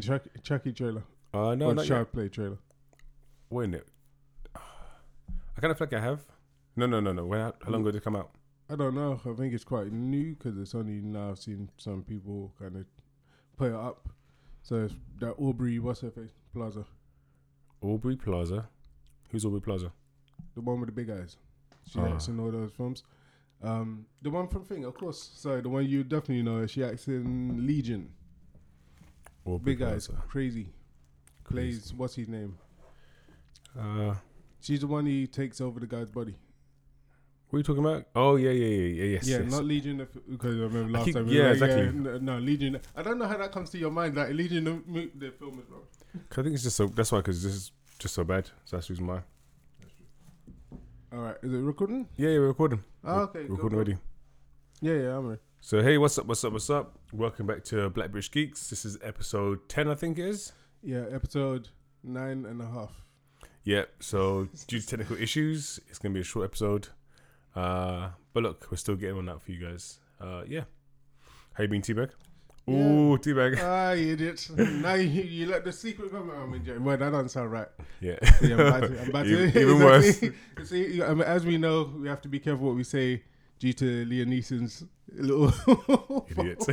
Chuck, Chucky trailer. Uh, no, or not yet. Shark Play trailer. Wait a minute. I kind of feel like I have. No, no, no, no. When, how long ago did it come out? I don't know. I think it's quite new because it's only now I've seen some people kind of put it up. So it's that Aubrey, what's her face? Plaza. Aubrey Plaza. Who's Aubrey Plaza? The one with the big eyes. She Ah. acts in all those films. Um, the one from Thing, of course. Sorry, the one you definitely know. She acts in Legion. Aubrey Big eyes. Crazy. Crazy. Plays, what's his name? Uh, She's the one he takes over the guy's body. what are you talking about? Oh, yeah, yeah, yeah, yeah, yes, yeah, yes. not Legion of, because I remember I last keep- time. we were yeah, exactly. no, no, Legion. I don't know how that comes to your mind. Like Legion, the, mo- the film is wrong. 'Cause I think it's just so. That's why, because this is just so bad. So that's the reason why. All right, is it recording? Yeah, yeah, we're recording. Ah, okay, We're recording go, go. already. Yeah, yeah, I'm ready. So hey, what's up? What's up? What's up? Welcome back to Black British Geeks. This is episode ten, I think it is. Yeah, episode nine and a half. Yeah. So due to technical issues, it's gonna be a short episode. Uh, but look, we're still getting one out for you guys. Uh, yeah. How you been, Teabag? Yeah. Ooh, Teabag. ah, you idiot! Now you, you let the secret come out. I'm enjoying. Well, that doesn't sound right. Yeah. Yeah, I'm about to. I'm about to- Even- even worse. See, you- I mean, as we know, we have to be careful what we say due to Liam Neeson's little Idiot.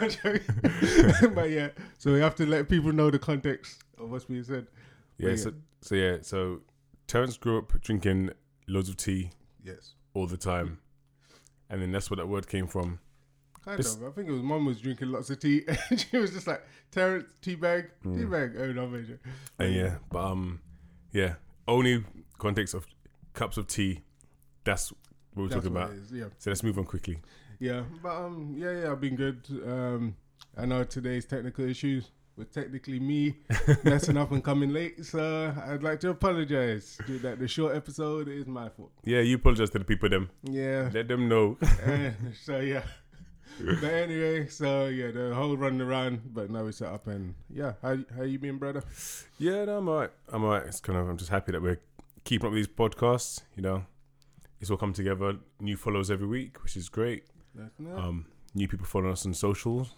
I'm joking. but yeah, so we have to let people know the context of what's being said. yeah. yeah. So, so yeah. So Terrence grew up drinking loads of tea Yes, all the time, and then that's where that word came from. kind This- of. I think it was mom was drinking lots of tea, and she was just like Terrence tea bag, tea Hmm. bag. Oh no, major. And yeah, but um, yeah, only context of cups of tea. That's what we're That's talking what about. it is, Yeah, So let's move on quickly. yeah, but um, yeah, yeah, I've been good. Um, I know today's technical issues were technically me messing up and coming late, so I'd like to apologize. Dude, that the short episode is my fault. Yeah, you apologize to the people. Them Yeah, let them know. Eh, so yeah. But anyway, so yeah, the whole run around, but now it's set up and yeah. How how you been, brother? yeah, no, I'm alright. I'm alright. It's kind of I'm just happy that we're keeping up with these podcasts. You know, it's all come together. New follows every week, which is great. Um, new people following us on socials.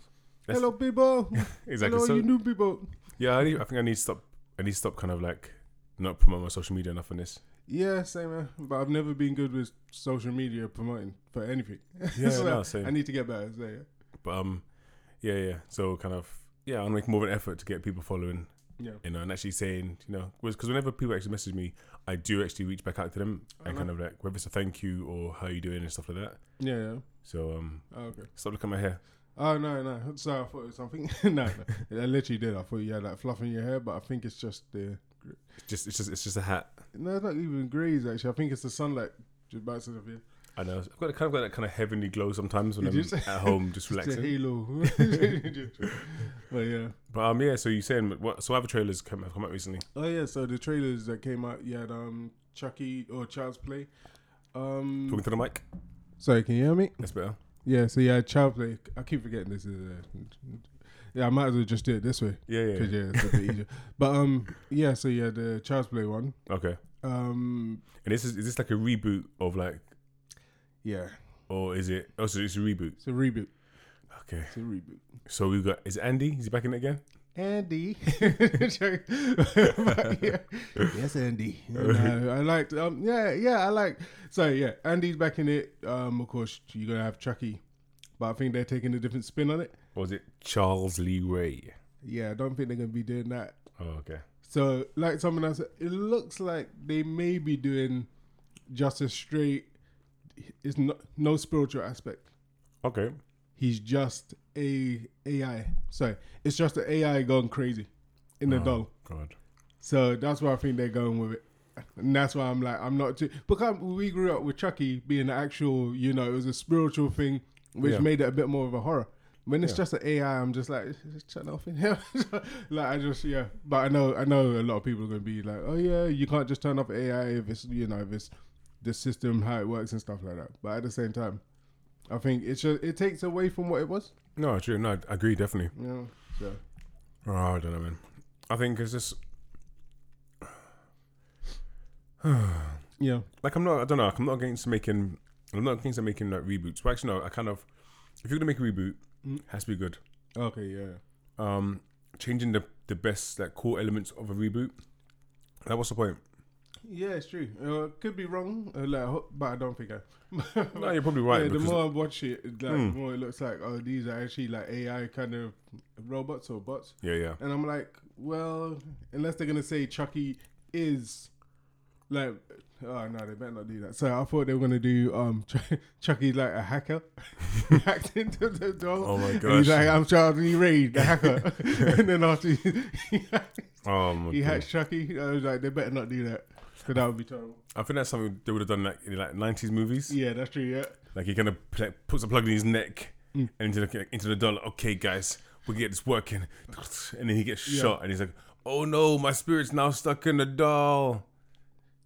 that's- Hello, people. Exactly. Hello, so you new people. yeah, I, need, I think I need to stop. I need to stop kind of like not promoting my social media enough on this. Yeah, same man. But I've never been good with social media promoting for anything. Yeah, So no, same. I need to get better. So yeah. But um, yeah, yeah. So kind of yeah, I'll make more of an effort to get people following, yeah. you know, and actually saying, you know, because whenever people actually message me, I do actually reach back out to them and Uh-huh. kind of like whether it's a thank you or how you doing and stuff like that. Yeah, yeah. So um, Oh, okay. stop looking at my hair. Oh no, no. Sorry, I thought it was something. no, no. I literally did. I thought you had like fluff in your hair, but I think it's just the It's just it's just it's just a hat. no, it's not even greys actually. I think it's the sunlight just bouncing off your I know. I've got kind of got that kind of heavenly glow sometimes when You I'm just- at home, just It's a relaxing. halo. but yeah. But um, yeah. So you saying what? So other trailers come, have come out recently. Oh yeah. So the trailers that came out, you had um Chucky or Child's Play. Um, Talking to the mic. sorry, can you hear me? That's better. Yeah. So yeah, Child's Play. I keep forgetting this is. A, yeah, I might as well just do it this way Yeah, yeah. 'cause, yeah, it's a bit easier. But um, yeah. So yeah, the Child's Play one. yeah. Okay. Um, And this is is this like a reboot of like, yeah, or is it? Oh, so it's a reboot. it's a reboot. Okay. It's a reboot. So we've got is it Andy? Is he back in it again? Andy. But, yeah. Yes, Andy. And, uh, I liked. Um, yeah, yeah, I like. So yeah, Andy's back in it. Um, of course, you're gonna have Chucky, but I think they're taking a different spin on it. Or was it Charles Lee Ray? Yeah, I don't think they're gonna be doing that. Oh, okay. So, like someone else, it looks like they may be doing just a straight. It's no, no spiritual aspect. Okay. He's just a AI. Sorry, it's just an AI going crazy in the Oh. doll. God. So that's why I think they're going with it. And that's why I'm like, I'm not too. Because we grew up with Chucky being an actual, you know, it was a spiritual thing, which Yeah. made it a bit more of a horror. When it's Yeah. just an AI, I'm just like, just shut off in here. like, I just, yeah. But I know, I know a lot of people are going to be like, oh, yeah, you can't just turn off AI if it's, you know, if it's the system, how it works and stuff like that. But at the same time, I think it's just, it takes away from what it was. No, true. No, I agree definitely. You know, so. Oh, I don't know, man. I think it's just Yeah. like I'm not. I don't know. I'm not against making. I'm not against making like reboots. But actually, no. I kind of. If you're gonna make a reboot, Mm. it has to be good. Okay, yeah. Um, changing the the best like core elements of a reboot. Like, what's the point? Yeah, it's true. Uh, could be wrong, uh, like, ho- but I don't think I. No, you're probably right. yeah, the because- more I watch it, like, Mm. the more it looks like oh, these are actually like AI kind of robots or bots. yeah, yeah. And I'm like, well, unless they're gonna say Chucky is like, oh no, they better not do that. So I thought they were gonna do um Ch- Chucky like a hacker hacked into the door. Oh my And he's gosh. like, I'm Charles Lee Reid, the hacker. and then after he, he, oh my he God. hacked Chucky, I was like, they better not do that. Because that would be terrible. I think that's something they would have done like in like nineties movies. Yeah, that's true, yeah. Mm. Like he kind of pl- puts a plug in his neck and into the into the dollar. Okay, guys, we get this working, and then he gets Yeah. shot, and he's like, "Oh no, my spirit's now stuck in the doll."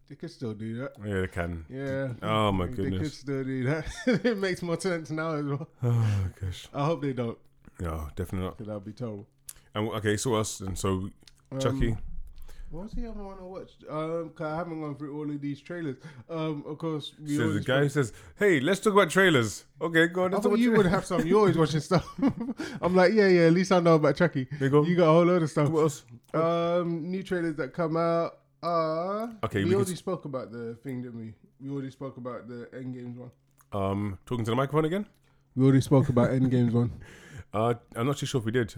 They could still do that. Yeah, they can. Yeah. Oh my they could goodness. still do that. it makes more sense now as well. Oh my gosh. I hope they don't, No, definitely not. because that would be terrible. And okay, so us and so Chucky. Um, What was the other one I watched? Um, 'cause I haven't gone through all of these trailers. Um, of course, we so the always- guy who says, "Hey, let's talk about trailers." Okay, go on. I Let's talk thought about you trailers. would have some. You're always watching stuff. I'm like, yeah, yeah. At least I know about Chucky. There you go. You got a whole load of stuff. What else? Um, new trailers that come out are Okay, We, we can already s- spoke about the thing, didn't we? We already spoke about the Endgames one. Um, talking to the microphone again. We already spoke about Endgames one. Uh, I'm not too sure if we did,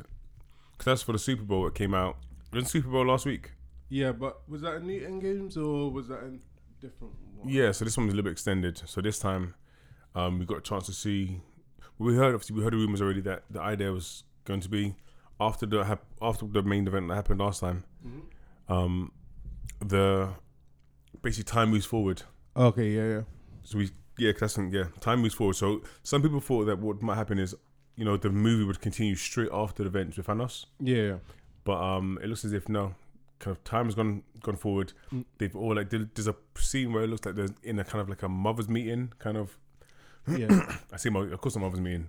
'Cause that's for the Super Bowl that came out. Wasn't Super Bowl last week? Yeah, but was that a new Endgames or was that a different one? Yeah, so this one was a little bit extended. So this time, um, we got a chance to see. We heard obviously we heard the rumors already that the idea was going to be after the hap- after the main event that happened last time. Um, the basically time moves forward. Okay. Yeah. Yeah. So we yeah, 'cause that's something, yeah, time moves forward. So some people thought that what might happen is you know the movie would continue straight after the events with Thanos. Yeah. yeah. But um, it looks as if no, kind of time has gone gone forward. Mm. They've all like there- there's a scene where it looks like they're in a kind of like a mothers meeting, kind of. Yeah. I see, my, of course, a mothers meeting,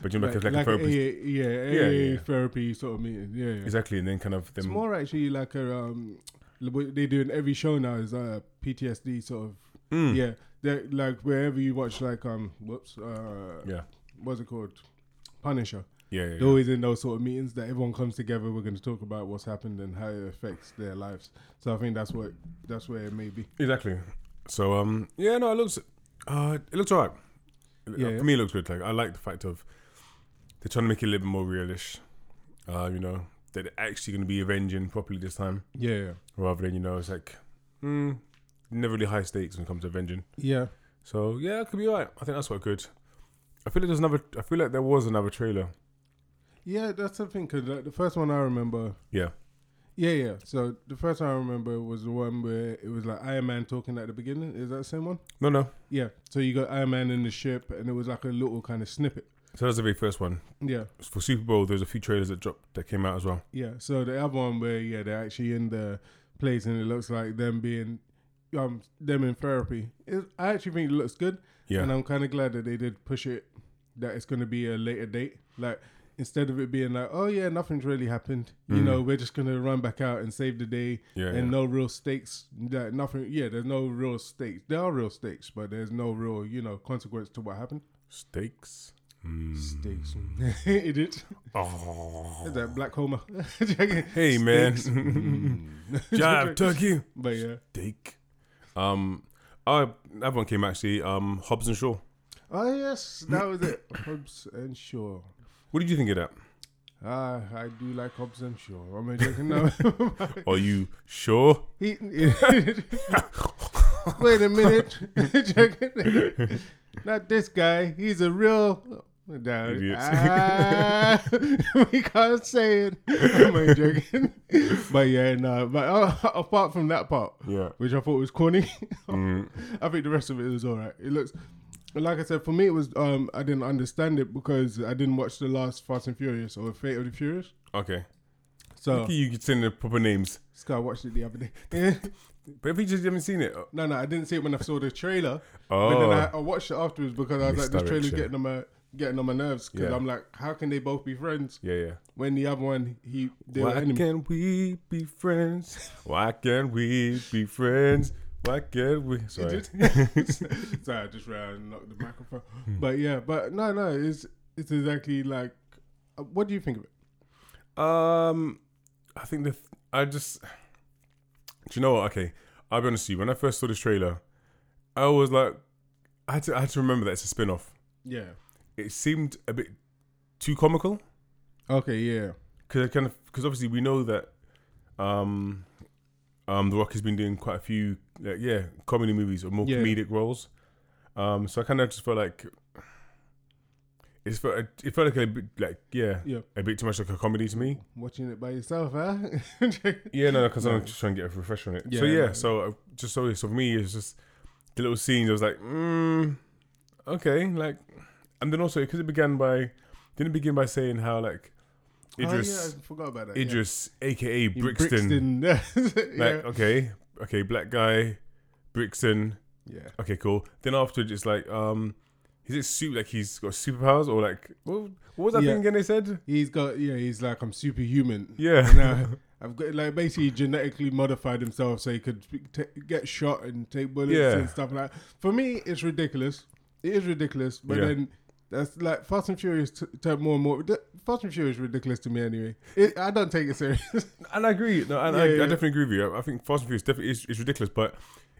but you know, Like, like, like, a like therapist, AA, yeah, Yeah, AA yeah, yeah. therapy sort of meeting. Yeah, yeah. exactly, and then kind of It's them. more actually like a um, li- what they do in every show now is uh, PTSD sort of. Mm. Yeah, They're, like wherever you watch, like um, whoops, uh, yeah, what's it called? Punisher. yeah, yeah, They're always in those sort of meetings that everyone comes together. We're going to talk about what's happened and how it affects their lives. So I think that's what that's where it may be. yeah. exactly. So um, yeah, no, it looks, uh, it looks alright. It- Yeah, uh, yeah. for me, it looks good. Like I like the fact of they're trying to make it a little bit more realish. Uh, you know, that they're actually going to be avenging properly this time. Yeah, yeah, rather than you know it's like mm, never really high stakes when it comes to avenging. yeah. So yeah, it could be alright. I think that's quite good. I feel like there's another. I feel like there was another trailer. yeah that's the thing. Cause like, the first one I remember Yeah, Yeah, yeah. So the first one I remember was the one where it was like Iron Man talking at the beginning. Is that the same one? no, no. Yeah. So you got Iron Man in the ship, and it was like a little kind of snippet. So that's the very first one Yeah, for Super Bowl. There's a few trailers that dropped that came out as well. yeah. So the other one where yeah they're actually in the place, and it looks like them being um them in therapy. It, I actually think it looks good, Yeah, and uh, I'm kind of glad that they did push it. That it's going to be a later date, like. Instead of it being like, oh yeah, nothing's really happened. You Mm. know, we're just gonna run back out and save the day. yeah, yeah. and uh, no real stakes. Like nothing. Yeah, there's no real stakes. There are real stakes, but there's no real, you know, consequence to what happened. stakes. Mm. Stakes. Idiot. Oh, Is that black Homer? hey man, Stakes. Mm. jive turkey, But yeah. steak. Um, oh, that one came actually. Um, Hobbs and Shaw. Oh yes, that was it. Hobbs and Shaw. What did you think of that? Ah, I do like Hobbs and Shaw. I'm joking. No. Are you sure? He- Wait a minute. Joking. Not this guy. He's a real. No, Idiots. ah, we can't say it. Am I joking? but yeah, no. But uh, apart from that part, Yeah. which I thought was corny, Mm. I think the rest of it is all right. It looks, like I said, for me it was. Um, I didn't understand it because I didn't watch the last Fast and Furious or Fate of the Furious. Okay. So, Lucky you could send the proper names. so I watched it the other day. But if you just haven't seen it, uh, no, no, I didn't see it when I saw the trailer. But oh, then I, I watched it afterwards because I was like, this trailer's Misdirection. getting on my getting on my nerves because Yeah. I'm like, how can they both be friends yeah, yeah. when the other one he they were Why enemies? can we be friends? Why can we be friends? Why can we? Sorry. Hmm. Sorry, I just ran and knocked the microphone. But yeah, but no, no, it's it's exactly like. uh, What do you think of it? Um, I think the th- I just do you know what? Okay, I'll be honest with you. When I first saw this trailer, I was like, I had to I had to remember that it's a spin off. Yeah. It seemed a bit too comical Okay. Yeah. because I kind of because obviously we know that um um The Rock has been doing quite a few like, yeah comedy movies or more Yeah. comedic roles. Um, so I kind of just felt like it just felt it felt like a bit like yeah Yeah. a bit too much like a comedy to me. Watching it by yourself, huh? Yeah, no, because No. I'm just trying to get a refresher on it. Yeah, so yeah, no. so uh, just so so for me, it's just the little scenes. I was like, mm, okay, like, and then also because it began by didn't it begin by saying how like Oh, Idris yeah, I forgot about that. yeah. Idris, aka In Brixton, Brixton. yeah. like okay, okay, black guy, Brixton, yeah. okay, cool. Then afterwards, it's like um, is it suit like he's got superpowers or like what, what was that Yeah. thing again? They said He's got yeah. He's like I'm superhuman. yeah, And, uh, I've got like basically he genetically modified himself so he could t- get shot and take bullets Yeah. and stuff like. that. For me, it's ridiculous. It is ridiculous, but Yeah. then. That's like Fast and Furious t- turned more and more. the- Fast and Furious is ridiculous to me anyway. It, I don't take it serious. And I agree. No, and I, Yeah, yeah. I definitely agree with you. I, I think Fast and Furious definitely is, is ridiculous, but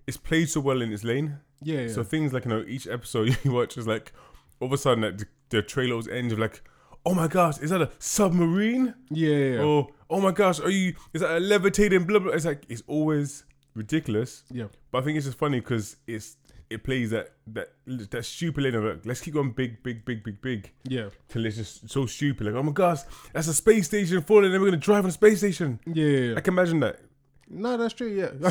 it's played so well in its lane. yeah, yeah. So things like you know, each episode you watch is like all of a sudden like, the, the trailers end of like, oh my gosh, is that a submarine? yeah, yeah, yeah. Or oh my gosh, are you? Is that a levitating? Blah blah. It's like it's always ridiculous. yeah. But I think it's just funny because it's it plays that that that stupid lane of like, let's keep going big, big, big, big, big Yeah, till it's just so stupid. Like oh my gosh, that's a space station falling, and we're gonna drive on a space station. yeah, yeah. I can imagine that. No, that's true. Yeah,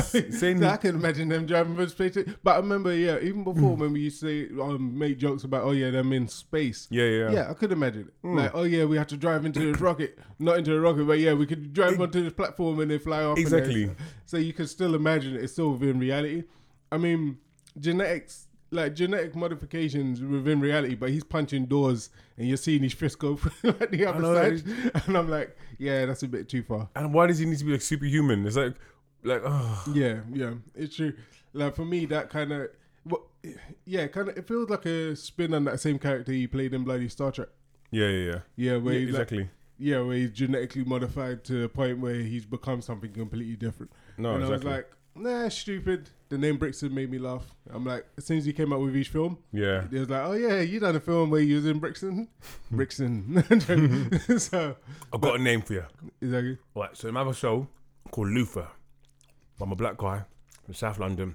same- I can imagine them driving from space. to- But I remember, yeah, even before Hmm. when we used to say, um, make jokes about, oh yeah, them in space. Yeah, yeah. Hmm. Yeah, I could imagine it. Like, oh yeah, we have to drive into this rocket, not into a rocket, but yeah, we could drive Ex- onto this platform and they fly off. and Exactly. then- So you can still imagine it. it's still within reality. I mean, genetics. Like genetic modifications within reality, but he's punching doors and you're seeing his fist go through like the know, other side, and I'm like, yeah, that's a bit too far. And why does he need to be like superhuman? It's like, like, oh, Yeah, yeah, it's true. Like for me, that kind of, well, yeah, kind of. It feels like a spin on that same character he played in bloody Star Trek. yeah, yeah, yeah. Yeah, where Yeah, he's like, exactly. yeah, where he's genetically modified to the point where he's become something completely different. No, and Oh, exactly. I was like, nah, stupid. The name Brixton made me laugh. I'm like, as soon as he came out with each film, yeah, it was like, oh yeah, you done a film where you was in Brixton, Brixton. so I've got a name for you. exactly, All right, so I have a show called Luther. I'm a black guy from South London.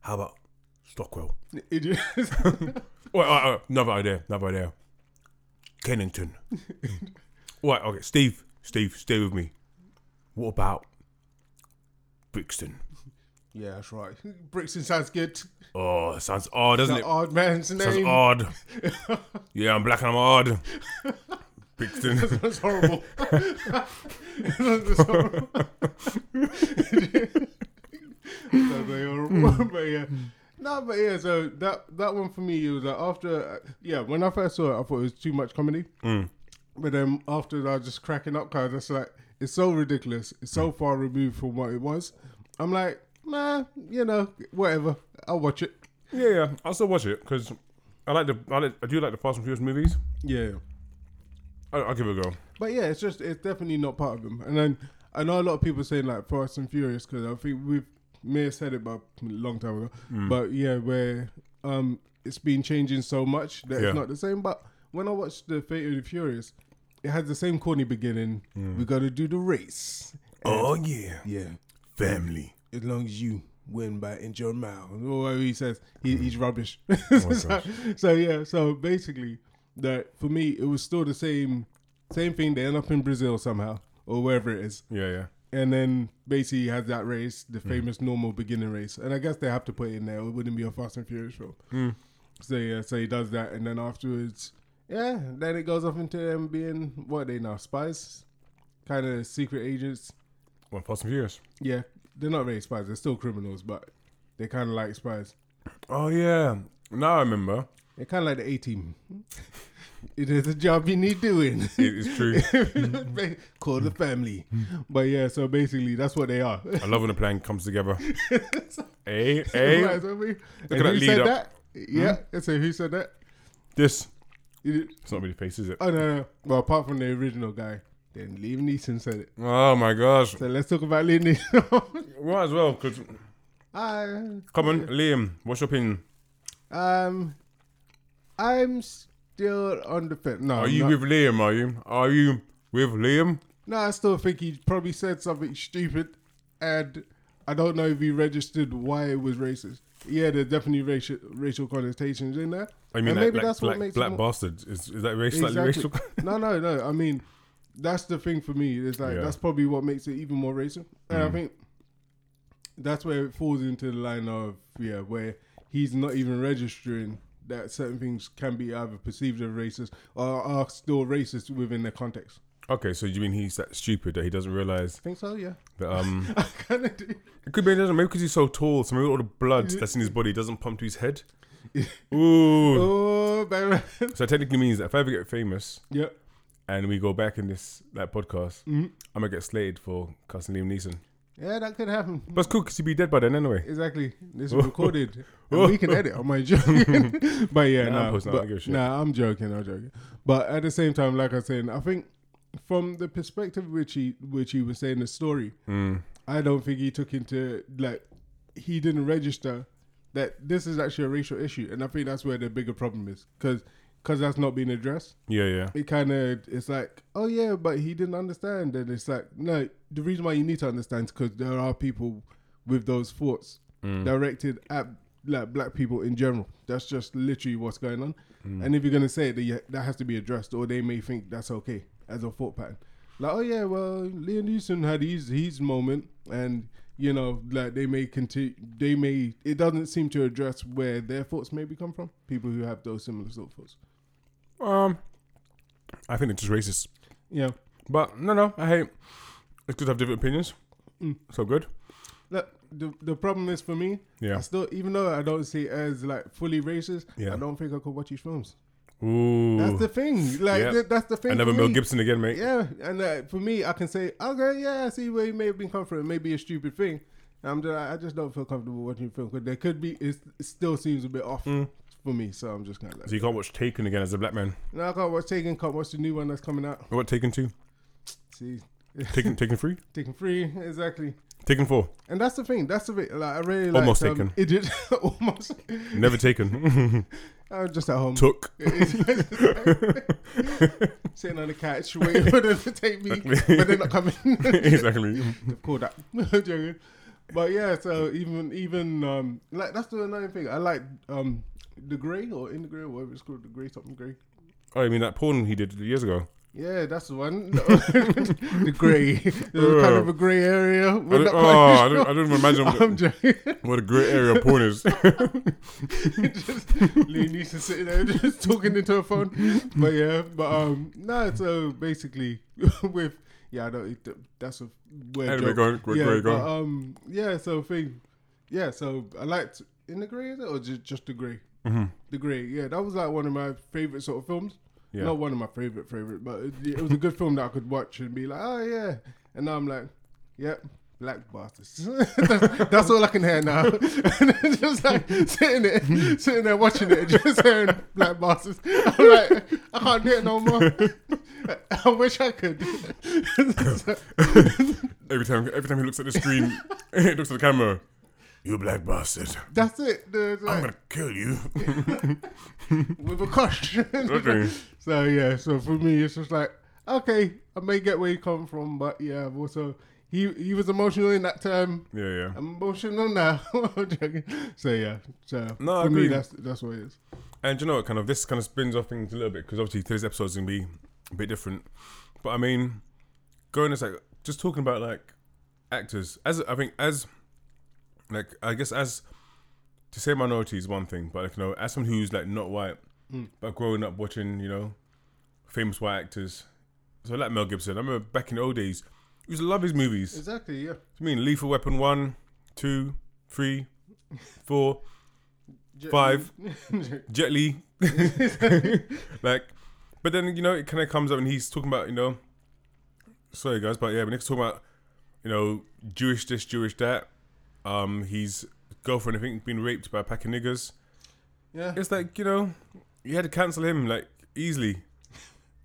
How about Stockwell? idiot. All right, all right, all right, another idea, another idea. Kennington. all right, okay, Steve, Steve, stay with me. What about Brixton? yeah, that's right. Brixton sounds good. Oh, sounds odd, doesn't That it? odd man's Sounds name. odd. yeah, I'm black and I'm odd. Brixton. That's horrible. That's horrible. no, they are horrible. but yeah. No, but yeah, so that that one for me, it was like after, uh, yeah, when I first saw it, I thought it was too much comedy. But then after, I was just cracking up because it's like, it's so ridiculous. It's so far removed from what it was. I'm like, nah, you know, whatever. I'll watch it. Yeah, yeah. I'll still watch it because I like the I, like, I do like the Fast and Furious movies. Yeah. I, I'll give it a go. But yeah, it's just it's definitely not part of them. And then I know a lot of people saying like Fast and Furious because I think we may have said it about a long time ago. But yeah, where um it's been changing so much that Yeah. it's not the same. But when I watched the Fate of the Furious, it had the same corny beginning. We got to do the race. Oh yeah, Yeah, family. as long as you win by inch or mile. Or whatever he says, he, he's rubbish. so, so yeah, so basically, that for me, it was still the same same thing. They end up in Brazil somehow or wherever it is, Yeah, yeah. and then basically he has that race, the famous normal beginning race. And I guess they have to put it in there. It wouldn't be a Fast and Furious film. So yeah, so he does that, and then afterwards, yeah, then it goes off into them being what are they now spies, kind of secret agents. Well, Fast and Furious. Yeah, they're not really spies. They're still criminals, but they kind of like spies. Oh yeah. Now I remember. They're kind of like the A team. it is a job you need doing. It is true. Call the family. but yeah, so basically that's what they are. I love when a plan comes together. Eh, hey, hey. Right, so we- and at that who lead said up. Hmm? that? Yeah. So who said that? This. It- It's not really face, is it? Oh no, no. Well, apart from the original guy, Then Liam Neeson said it. Oh my gosh. So let's talk about Liam Neeson. Well, as well, because I, come on, Liam, what's your opinion? Um, I'm still on the fence. No, Are I'm you not- with Liam? Are you? Are you with Liam? No, I still think he probably said something stupid, and I don't know if he registered why it was racist. Yeah, there's definitely racial racial connotations in there. I mean, And like, maybe like that's what black, makes it black more- bastards. Is, is that racial? Like Exactly. racial? no, no, no. I mean, that's the thing for me. It's like Yeah. Mm. that's probably what makes it even more racist, and I think that's where it falls into the line of yeah, where he's not even registering that certain things can be either perceived as racist or are still racist within their context. Okay, so you mean he's that stupid that he doesn't realize I think so. Yeah, that um I kind of do. it could be he doesn't maybe because he's so tall, so maybe all the blood that's in his body doesn't pump to his head. Ooh. Oh, man. So it technically means that if I ever get famous yeah. and we go back in this that podcast, Mhm. I'm gonna get slated for cussing Liam Neeson. Yeah, that could happen. But it's cool because he'd be dead by then anyway. Exactly. This is recorded. and we can edit. Am I joking? but yeah, Nah, I'm no. posting, I don't give a but- shit. Nah, I'm joking. I'm joking. But at the same time, like I said, I think from the perspective which he which he was saying the story, Mm. I don't think he took into like he didn't register that this is actually a racial issue, and I think that's where the bigger problem is because that's not being addressed Yeah, yeah. it kind of it's like oh yeah but he didn't understand and it's like no the reason why you need to understand is because there are people with those thoughts directed at like black people in general that's just literally what's going on and if you're going to say it then you- that has to be addressed or they may think that's okay as a thought pattern like oh yeah well Liam Neeson had his his moment and you know like they may continue they may it doesn't seem to address where their thoughts maybe come from people who have those similar sort of thoughts Um, I think it's just racist. yeah But no, no, I hate. It's good to have different opinions. Mm. So good. Look, the the problem is for me. Yeah. I still, even though I don't see it as like fully racist, Yeah. I don't think I could watch his films. Ooh. That's the thing. Like Yeah. th- that's the thing. Another for Mel me. Gibson again, mate. Yeah, and uh, for me, I can say, okay, yeah, I see where he may have been comfortable. It may be a stupid thing. I'm just, I just don't feel comfortable watching the film because there could be. It's, it still seems a bit off Mm. for me, so I'm just kind of like, So you can't watch Taken again as a black man. no, I can't watch Taken. Can't watch the new one that's coming out. What Taken two? See, Taken Taken three? Taken free exactly. Taken four? And that's the thing. That's the thing. Like I really like Almost um, Taken. Idiot, almost. Never taken. I'm just at home. Took. Sitting on the couch waiting for them to take me, but they're not coming. exactly. Call that. Joking. but yeah, so even even um like that's the annoying thing. I like um the grey or in the grey or whatever it's called, the grey something grey. Oh, I mean that porn he did years ago. Yeah, that's the one. the grey, There's kind of a grey area. I We're don't, not oh, quite I sure. don't, I don't even imagine I'm what, joking. what a great area of porn is. just Liam Neeson sitting there just talking into a phone. But yeah, but um, no. So basically, with yeah, I don't. th- That's a weird Anyway, joke. go on, go- yeah, go- go but, on. um, yeah. So thing, yeah. So I liked in the grey is it or just just the grey? Mhm. The grey. Yeah, that was like one of my favorite sort of films. Yeah. Not one of my favorite favorite, but it, it was a good film that I could watch and be like, oh yeah. And now I'm like, yep. Black bastards. that's, that's all I can hear now. and it's just like sitting there, sitting there watching it, just hearing black bastards. I'm like, I can't do it no more. I wish I could. Every time, every time he looks at the screen, he looks at the camera. You black bastard! that's it. There's I'm Like, gonna kill you. with a crush. Okay. So yeah, so for me, it's just like okay, I may get where you come from, but yeah, I've also he he was emotional in that time. Yeah, yeah. I'm emotional now. I'm joking. so yeah, so No, I for me, agree. that's that's what it is. And you know what? Kind of this kind of spins off things a little bit because obviously today's episode is gonna be a bit different. But I mean, going as like just talking about like actors as I think as like I guess as to say minority is one thing, but like you know, as someone who's like not white, but growing up watching you know famous white actors, so like Mel Gibson. I remember back in the old days, I used to love his movies. Exactly. Yeah. I mean, Lethal Weapon one, two, three, four, J- Five. Jet Li, like, but then you know it kind of comes up and he's talking about you know, sorry guys, but yeah, when he's talking about you know Jewish this, Jewish that, um, his girlfriend I think been raped by a pack of niggers. yeah. It's like you know, you had to cancel him like easily.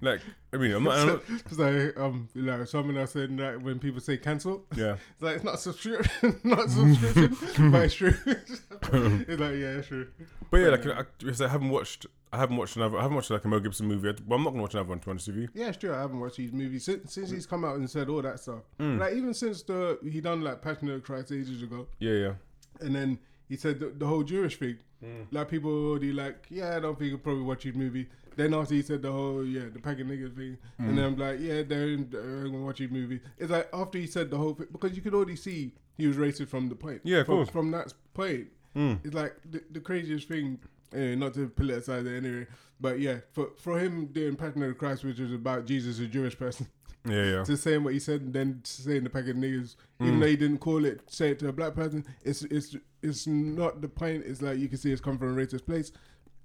Like, I mean, I'm not. I'm not so, um, like someone else said that when people say cancel, yeah. it's like it's not subscription, not subscription, but it's true. it's like yeah, it's true. But yeah, like I, because I haven't watched, I haven't watched another, I haven't watched like a Mel Gibson movie. I, well, I'm not gonna watch another one to be honest with you. Yeah, it's true. I haven't watched his movies since, since he's come out and said all that stuff. Mm. Like even since the he done like Passion of the Christ ages ago, Yeah, yeah. and then he said the, the whole Jewish thing. Mm. Like people were already like, yeah, I don't think you'll probably watch his movie. Then after he said the whole yeah, the pack of niggas thing, Mm. and then I'm like, yeah, they're, they're gonna watch his movie. It's like after he said the whole thing because you could already see he was racist from the point. Yeah, of from, course. Mm. from that point, it's like the, the craziest thing. eh, not to politicize it anyway, but yeah, for for him doing Passion of the Christ, which is about Jesus, a Jewish person, Yeah, yeah. to saying what he said and then saying the pack of niggas, Mm. even though he didn't call it, say it to a black person, it's it's it's not the point. It's like you can see it's come from a racist place,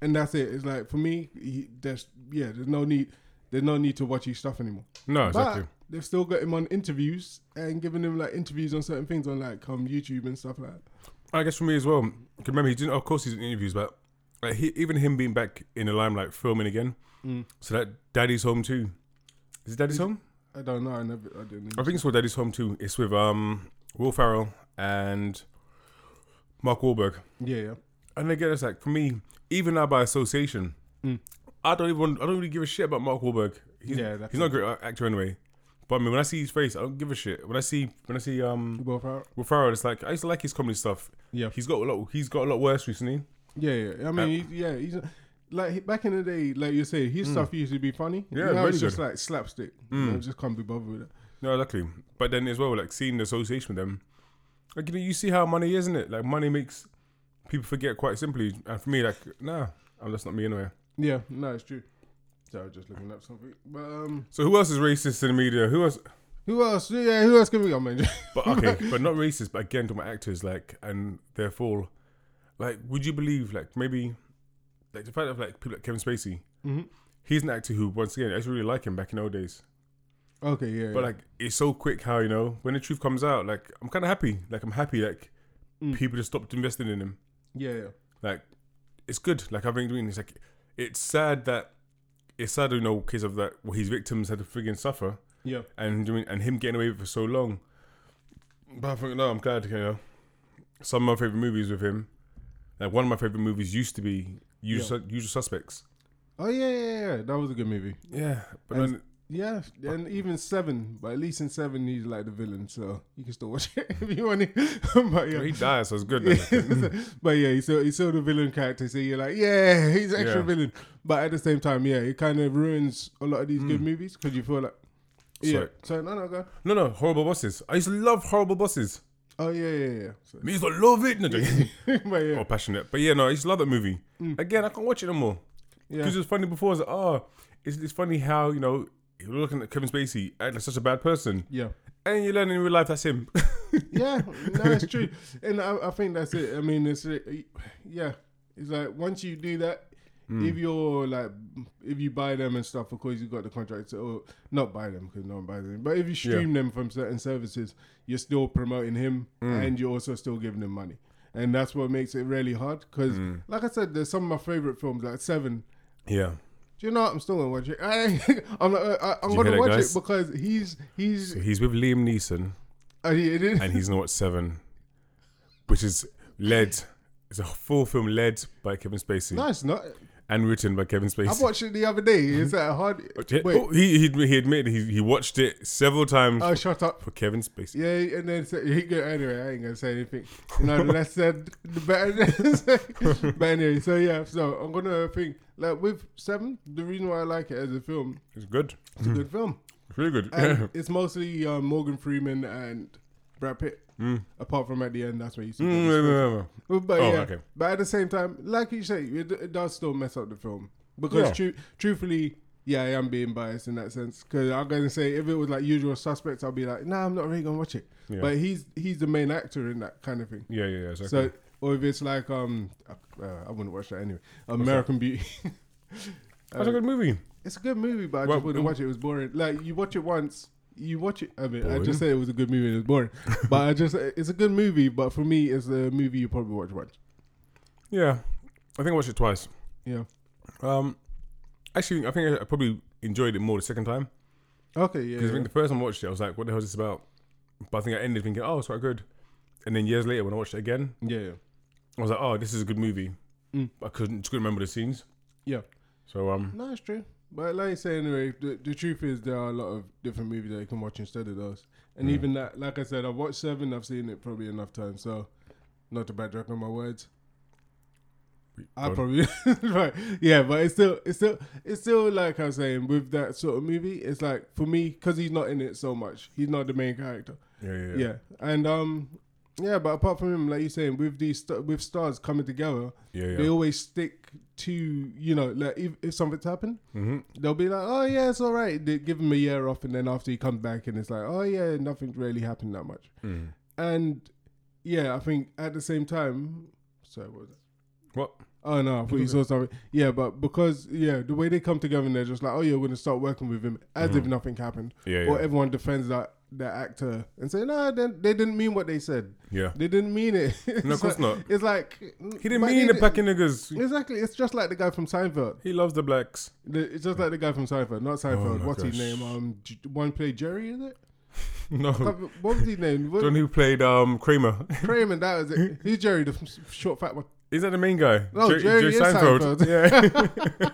and that's it. It's like for me, he, there's yeah, there's no need, there's no need to watch his stuff anymore. No, exactly. But they've still got him on interviews and giving him like interviews on certain things on like um YouTube and stuff like. that. I guess for me as well. 'cause remember, he didn't. Of course, he's in interviews, but like he, even him being back in the limelight, filming again. So that Daddy's Home too. Is it Daddy's Home? I don't know. I never. I didn't. I think it's called Daddy's Home too. It's with um Will Farrell and Mark Wahlberg. Yeah, yeah. And again, it's like for me, even now by association, I don't even. I don't really give a shit about Mark Wahlberg. He's, Yeah, that's he's not a great actor anyway. But I mean, when I see his face, I don't give a shit. When I see when I see um Will Ferrell. Will Farrell, it's like I used to like his comedy stuff. Yeah. He's got a lot. He's got a lot worse recently. Yeah, yeah. I mean, he's, yeah, he's like he- back in the day, like you say, his stuff used to be funny. Mm. Yeah, Mm. now it's very just like slapstick. You know, just can't be bothered with it. No, exactly. But then as well, like seeing the association with them, like you know, you see how money is, isn't it? Like money makes people forget quite simply. And for me, like nah, um, that's not me anyway. Yeah, no, it's true. So I was just looking up something. But um, So who else is racist in the media? Who else? who else? Yeah, who else can we go, man? But okay, but not racist. But again, to my actors, like, and their fall. Like, would you believe, like, maybe, like the fact of like people like Kevin Spacey, Mhm. he's an actor who, once again, I used to really like him back in the old days. okay, yeah. But like, it's so quick how you know when the truth comes out. Like, I'm kind of happy. Like, I'm happy. Like, people just stopped investing in him. yeah, yeah, like it's good. Like I've been doing. It's like it's sad that it's sad you know case of that well, his victims had to friggin' suffer yeah. and doing and him getting away with it for so long. But I think no, I'm glad you know. Some of my favorite movies with him, like one of my favorite movies used to be Usual, Usual Suspects. Oh yeah, yeah, yeah. That was a good movie. Yeah, but And- then, Yeah, and even seven, but at least in seven he's like the villain, so you can still watch it if you want it. but yeah, he died, so it's good. then. but yeah, he's still, he's still the villain character, so you're like, yeah, he's an extra Yeah. villain. But at the same time, yeah, it kind of ruins a lot of these good movies because you feel like, yeah. Mm. So Sorry. no, no, go. No, no, horrible bosses. I used to love horrible bosses. Oh yeah, yeah, yeah. So, Me used to love it. No, joking. but yeah, Mm. or passionate. But yeah, no, I used to love that movie. Again, I can't watch it no more. Yeah. Because it was funny before. I was like, oh, it's, it's funny how, you know, you're looking at Kevin Spacey, act like such a bad person. yeah, And you learn in real life that's him. yeah. No, it's true, and I, I think that's it. I mean, it's uh, yeah. It's like once you do that. Hmm. If you're like, if you buy them and stuff, of course you got the contract. Or not buy them because no one buys them. But if you stream them from certain services, you're still promoting him, Hmm. and you're also still giving him money, and that's what makes it really hard. Because, Hmm. like I said, there's some of my favorite films, like Seven. yeah. Do You know, what? I'm still gonna watch it. I, I'm, like, uh, I, I'm you gonna hear that, watch guys? it because he's he's. He's with Liam Neeson Uh, he, it is. and he's not seven, which is led. It's a full film led by Kevin Spacey No, it's not. and written by Kevin I Spacey. watched it the other day. It's Mm-hmm. a hard. Yeah, Wait. oh, he, he he admitted he, he watched it several times Oh, shut up. for Kevin Spacey. Yeah, and then so he go anyway. I ain't gonna say anything. You know, the less said, the better. but anyway, so yeah, so I'm gonna think like with Seven. The reason why I like it as a film, It's good. it's a good film. It's really good. And it's mostly uh, Morgan Freeman and Brad Pitt. Apart from at the end, that's where you see. Mm, them. yeah, yeah, yeah. But Oh, yeah, okay. but at the same time, like you say, it, it does still mess up the film because Yeah. tru- truthfully, yeah, I am being biased in that sense because I'm going to say if it was like Usual Suspects, I'll be like, nah, I'm not really going to watch it. Yeah. But he's he's the main actor in that kind of thing. Yeah, yeah, yeah. Exactly. So or if it's like um, uh, I wouldn't watch that anyway. American Beauty. uh, That's a good movie. It's a good movie, but I Well, just wouldn't um, watch it. It was boring. Like you watch it once, you watch it. I mean, I Boring? just said it was a good movie. and It was boring, but I just it's a good movie. But for me, it's a movie you probably watch once. Yeah, I think I watched it twice. Yeah. Um, actually, I think I probably enjoyed it more the second time Okay, yeah. because I yeah. think the first time I watched it, I was like, "What the hell is this about?" But I think I ended thinking, "Oh, it's quite good." And then years later, when I watched it again, yeah, yeah. I was like, "Oh, this is a good movie." Mm. I couldn't just couldn't remember the scenes. Yeah. So um, No, it's true. But like you say, anyway, the, the truth is there are a lot of different movies that you can watch instead of those. And Yeah. even that, like I said, I've watched Seven, I've seen it probably enough times. So, not to backtrack on my words, I God. probably right, yeah. But it's still, it's still, it's still like I was saying with that sort of movie. It's like for me because he's not in it so much. He's not the main character. yeah, yeah, Yeah. yeah, and um, yeah. But apart from him, like you saying, with these st- with stars coming together, yeah, yeah. they always stick to you know like if, if something's happened hmm they'll be like, oh yeah, it's all right. They give him a year off, and then after he comes back, and it's like, oh yeah, nothing really happened that much. Mm. And yeah, I think at the same time, sorry, what was it? What? Oh no, I thought you saw something. Yeah, but because yeah, the way they come together, and they're just like, oh yeah, we're gonna start working with him as if nothing happened, Mm-hmm. Yeah, yeah, or everyone defends that that actor and say, no, they, they didn't mean what they said. yeah. They didn't mean it. No, of course not. It's like He didn't mean the packing niggas. Exactly, it's just like the guy from Seinfeld. He loves the blacks. The, it's just like the guy from Seinfeld, not Seinfeld. Oh my What's his gosh. name? Um, J- one played Jerry, is it? no, What was his name? What, John who played um Kramer. Kramer, that was it. Who's Jerry, the f- short fat one? Is that the main guy? No, Jer- Jerry Jerry is Seinfeld. Yeah.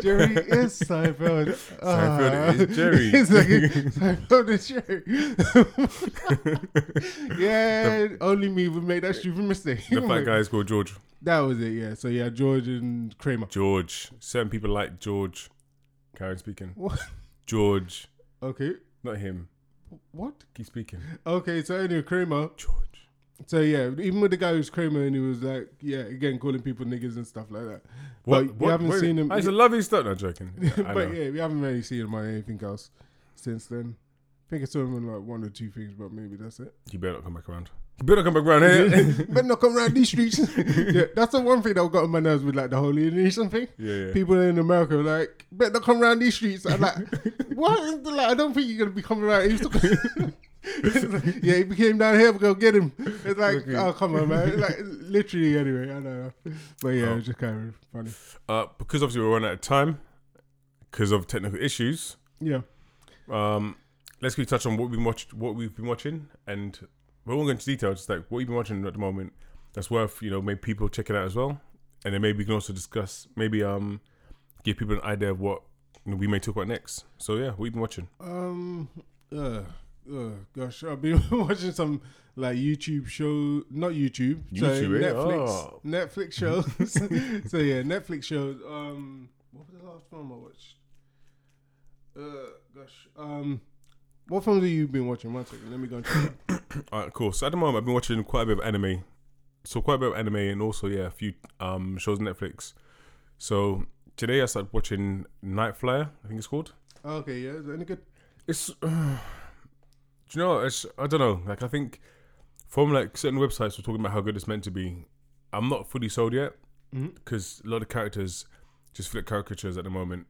Jerry is Seinfeld. Seinfeld is Jerry. It's like, Seinfeld is Jerry. yeah, only me would make that stupid mistake. the fat guy is called George. That was it, yeah. So, yeah, George and Kramer. George. Certain people like George. Karen speaking. What? George. Okay. Not him. What? Keep speaking. Okay, so anyway, Kramer. George. So, yeah, even with the guy who's Kramer and he was like, yeah, again, calling people niggas and stuff like that. But you haven't seen him- I used to love his stuff. No, joking. Yeah, I but know. yeah, we haven't really seen him on anything else since then. I think I saw him on like one or two things, but maybe that's it. You better not come back around. You better come back around eh? here. Better not come around these streets. yeah, that's the one thing that got on my nerves with like the whole Indonesian thing. yeah, yeah. People in America were like, better not come around these streets. I'm like, what? It's Like, I don't think you're gonna be coming around. He's It's like, yeah, he came down here. We go get him. It's like, Okay. oh come on, man. Like literally, anyway. I don't know, but yeah, Oh. it was just kind of funny. Uh, because obviously we're running out of time because of technical issues. Yeah, Um, let's quickly touch on what we've been watched, what we've been watching, and we won't go into detail. Just like what you've been watching at the moment, that's worth you know maybe people check it out as well, and then maybe we can also discuss maybe um give people an idea of what you know, we may talk about next. So yeah, what you've been watching? Um. Uh. Uh. Gosh, I've been watching some like YouTube show, not YouTube, so YouTube, eh? Netflix, Oh. Netflix shows. so yeah, Netflix shows. Um. What was the last film I watched? Uh. Gosh. Um. What films have you been watching? One second, let me go. And check it out. Alright, cool. So at the moment, I've been watching quite a bit of anime. So quite a bit of anime, and also yeah, a few um shows on Netflix. So today I started watching Night Flyer. I think it's called. Okay, yeah, is that any good? It's, do you know, what, it's, I don't know. Like, I think from like certain websites were talking about how good it's meant to be. I'm not fully sold yet Mhm. because a lot of characters just feel like caricatures at the moment.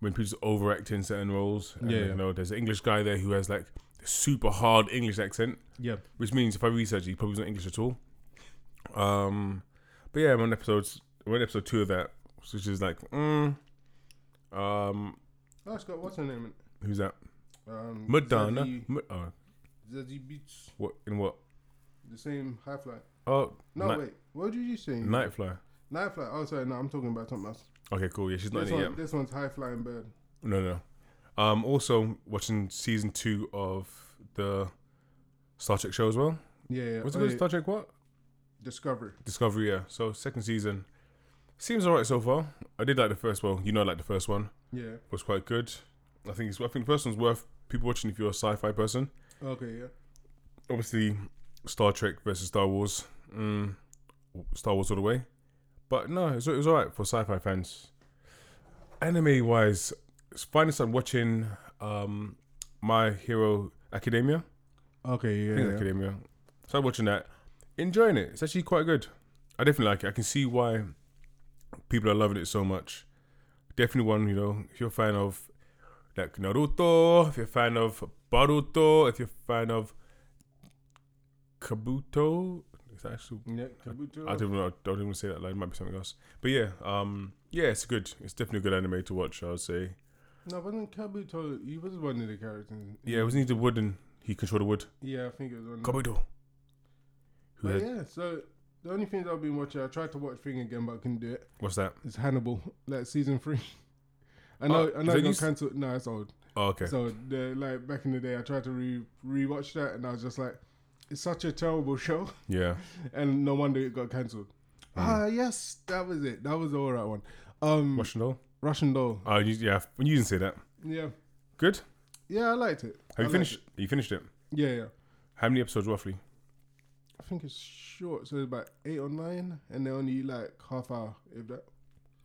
When people just overacting certain roles, and, Yeah, like, yeah. you know, there's an English guy there who has like a super hard English accent, Yeah. which means if I research, it, he probably isn't English at all. Um, but yeah, I'm on episodes. I'm on episode two of that, which is like, mm, um, Oh, it's got what's her name? in it? who's that? Um, Madonna. Zazie- Ma- oh, Zazie Beats, what in what? the same high fly. Oh, No, Night, wait, what did you say? Nightfly. Night fly. Oh, sorry, no, I'm talking about something else. Okay, cool. Yeah, she's not This, in it one, yet. this one's high flying bird. No, no. Um, also watching season two of the Star Trek show as well. Yeah, yeah. What's it Oh, called? yeah. Star Trek what? Discovery. Discovery. Yeah. So second season seems alright so far. I did like the first one. You know, I like the first one Yeah. It was quite good. I think it's. I think the first one's worth people watching if you're a sci-fi person. Okay, yeah. Obviously, Star Trek versus Star Wars. Mm, Star Wars all the way. But no, it was, it was all right for sci-fi fans. Anime wise, finally started watching um, My Hero Academia. Okay, I think yeah. it's Academia. Started watching that, enjoying it. It's actually quite good. I definitely like it. I can see why people are loving it so much. Definitely one, you know, if you're a fan of like Naruto, if you're a fan of Baruto, if you're a fan of Kabuto, is that actually Yeah, Kabuto. I don't even know. I don't even say that. Like, it might be something else. But yeah, um, yeah, it's good. It's definitely a good anime to watch. I would say. No, wasn't Kabuto? He was one of the characters. in- Yeah, it was neither wood and he controlled the wood. Yeah, I think it was one. Of Kabuto. Who but had, Mm. Oh, yeah, so the only things I've been watching, I tried to watch Thing again, but I couldn't do it. What's that? It's Hannibal, like season three. I know, Oh, I is know that it new got se- cancelled. No, it's old. Oh, okay. So the, like back in the day, I tried to re rewatch that, and I was just like, it's such a terrible show, yeah. and no wonder it got cancelled. Mm. Ah, yes, that was it. That was the alright one. Um, Russian doll? Russian Doll. Oh, you, yeah. When you didn't say that. Yeah, Good. yeah, I liked it. I Have you liked finished? it. You finished it. Yeah, yeah. How many episodes roughly? I think it's short, so it's about eight or nine, and they only like half hour, if that,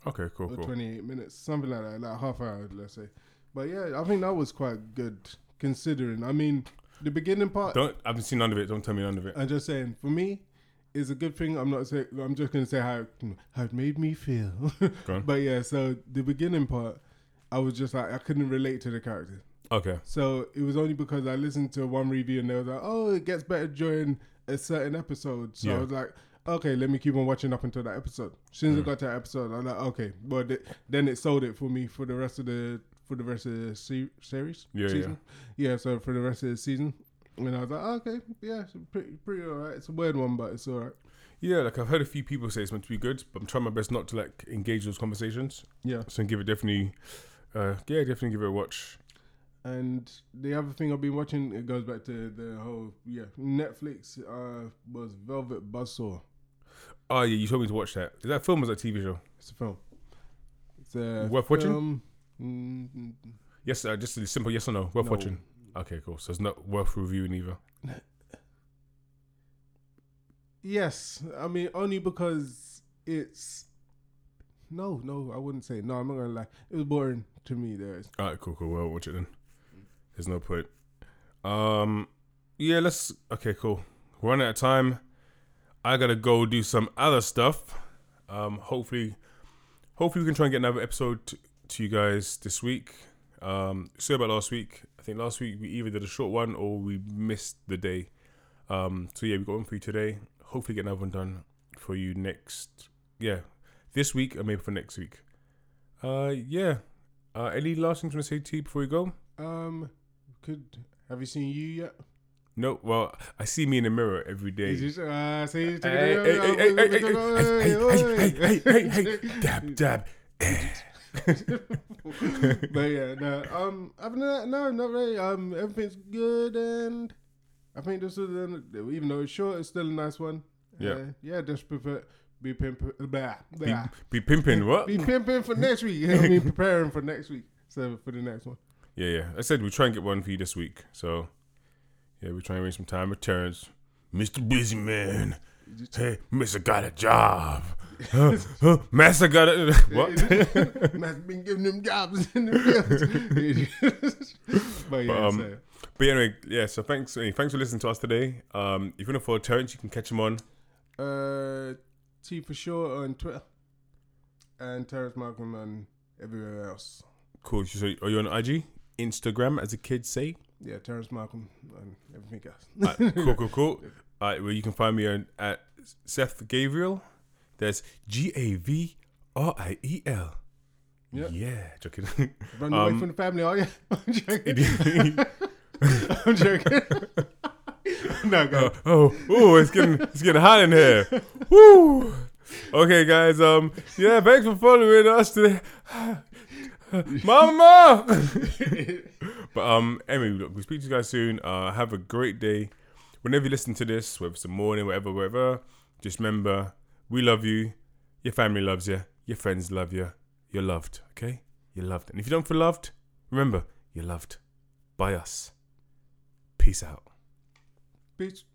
Okay, cool, or cool. twenty eight minutes, something like that, like half hour, let's say. But yeah, I think that was quite good considering. I mean, the beginning part. Don't. I haven't seen none of it. Don't tell me none of it. I'm just saying, for me, it's a good thing. I'm not saying. I'm just gonna say how it- how it made me feel. Go on. but yeah, so the beginning part, I was just like I couldn't relate to the character. Okay. So it was only because I listened to one review and they was like, "Oh, it gets better during a certain episode." So I Yeah. was like, "Okay, let me keep on watching up until that episode." As soon as Mm. I got to that episode, I'm like, "Okay," but th- then it sold it for me for the rest of the for the rest of the se- series. Yeah, yeah. season. yeah. So for the rest of the season, and I was like, "Okay, yeah, it's pretty pretty alright. It's a weird one, but it's alright." Yeah, like I've heard a few people say it's meant to be good, but I'm trying my best not to like engage those conversations. Yeah. So give it definitely. Uh, yeah, definitely give it a watch. And the other thing I've been watching, it goes back to the whole yeah Netflix uh, was Velvet Buzzsaw. Oh yeah, you told me to watch that. Is that a film or is that a TV show? It's a film. It's a Worth watching? film. watching. mm mm, Yes, uh, just a simple yes or no. Worth No. watching. Okay, cool. So it's not worth reviewing either. Yes, I mean only because it's. No, no, I wouldn't say no. I'm not gonna lie. It was boring to me. There is All right, cool, cool. Well, watch it then. There's no point. Um, yeah, let's. Okay, cool. We're running out of time. I gotta go do some other stuff. Um, hopefully, hopefully we can try and get another episode t- to you guys this week. Um, sorry about last week. I think last week we either did a short one or we missed the day. Um, so yeah, we got one for you today. Hopefully, get another one done for you next. Yeah, this week or maybe for next week. Uh, yeah. Uh, any last things you want to say to you before we go? Um, could have you seen you yet? No. Well, I see me in the mirror every day. Is it, uh, see, Hey, hey, hey, hey, hey, hey, hey, hey, hey, hey, hey, hey, hey. Dab, dab. Eh, but yeah, no. Um, other than that, no, not really. Um, everything's good, and I think this is an, even though it's short, it's still a nice one. Yeah. uh, yeah. Just prefer be pimping, blah, Be, blah. be pimping. What? Be, pimping for next week. I mean, preparing for next week. So for the next one, Yeah, yeah. I said we try and get one for you this week. So, yeah, we try and arrange some time returns. Mr. Busy Man. Hey, Mister got a job. Huh, huh, Master got a what? Matt's been giving them jobs in the fields. but yeah, But, um, so, But anyway, yeah. So thanks, hey, thanks for listening to us today. Um, if you want to follow Terrence, you can catch him on Uh, T for sure on Twitter, and Terrence Malcolm on everywhere else. Cool. So are you on IG, Instagram, as the kids say? Yeah, Terrence Malcolm and everything else. Alright, cool, cool, cool. All right, well, you can find me on at Seth Gabriel. That's G A V R I E L. Yeah. Yeah, joking. Run away Um, from the family, are you? I'm joking. oh, I'm joking. no, go. oh, ooh, it's getting it's getting hot in here. Woo. Okay, guys. Um, yeah, thanks for following us today, Mama. But um, anyway, look, we'll speak to you guys soon. Uh, have a great day. Whenever you listen to this, whether it's the morning, whatever, whatever, just remember we love you. Your family loves you. Your friends love you. You're loved, okay? You're loved. And if you don't feel loved, remember you're loved by us. Peace out. Peace.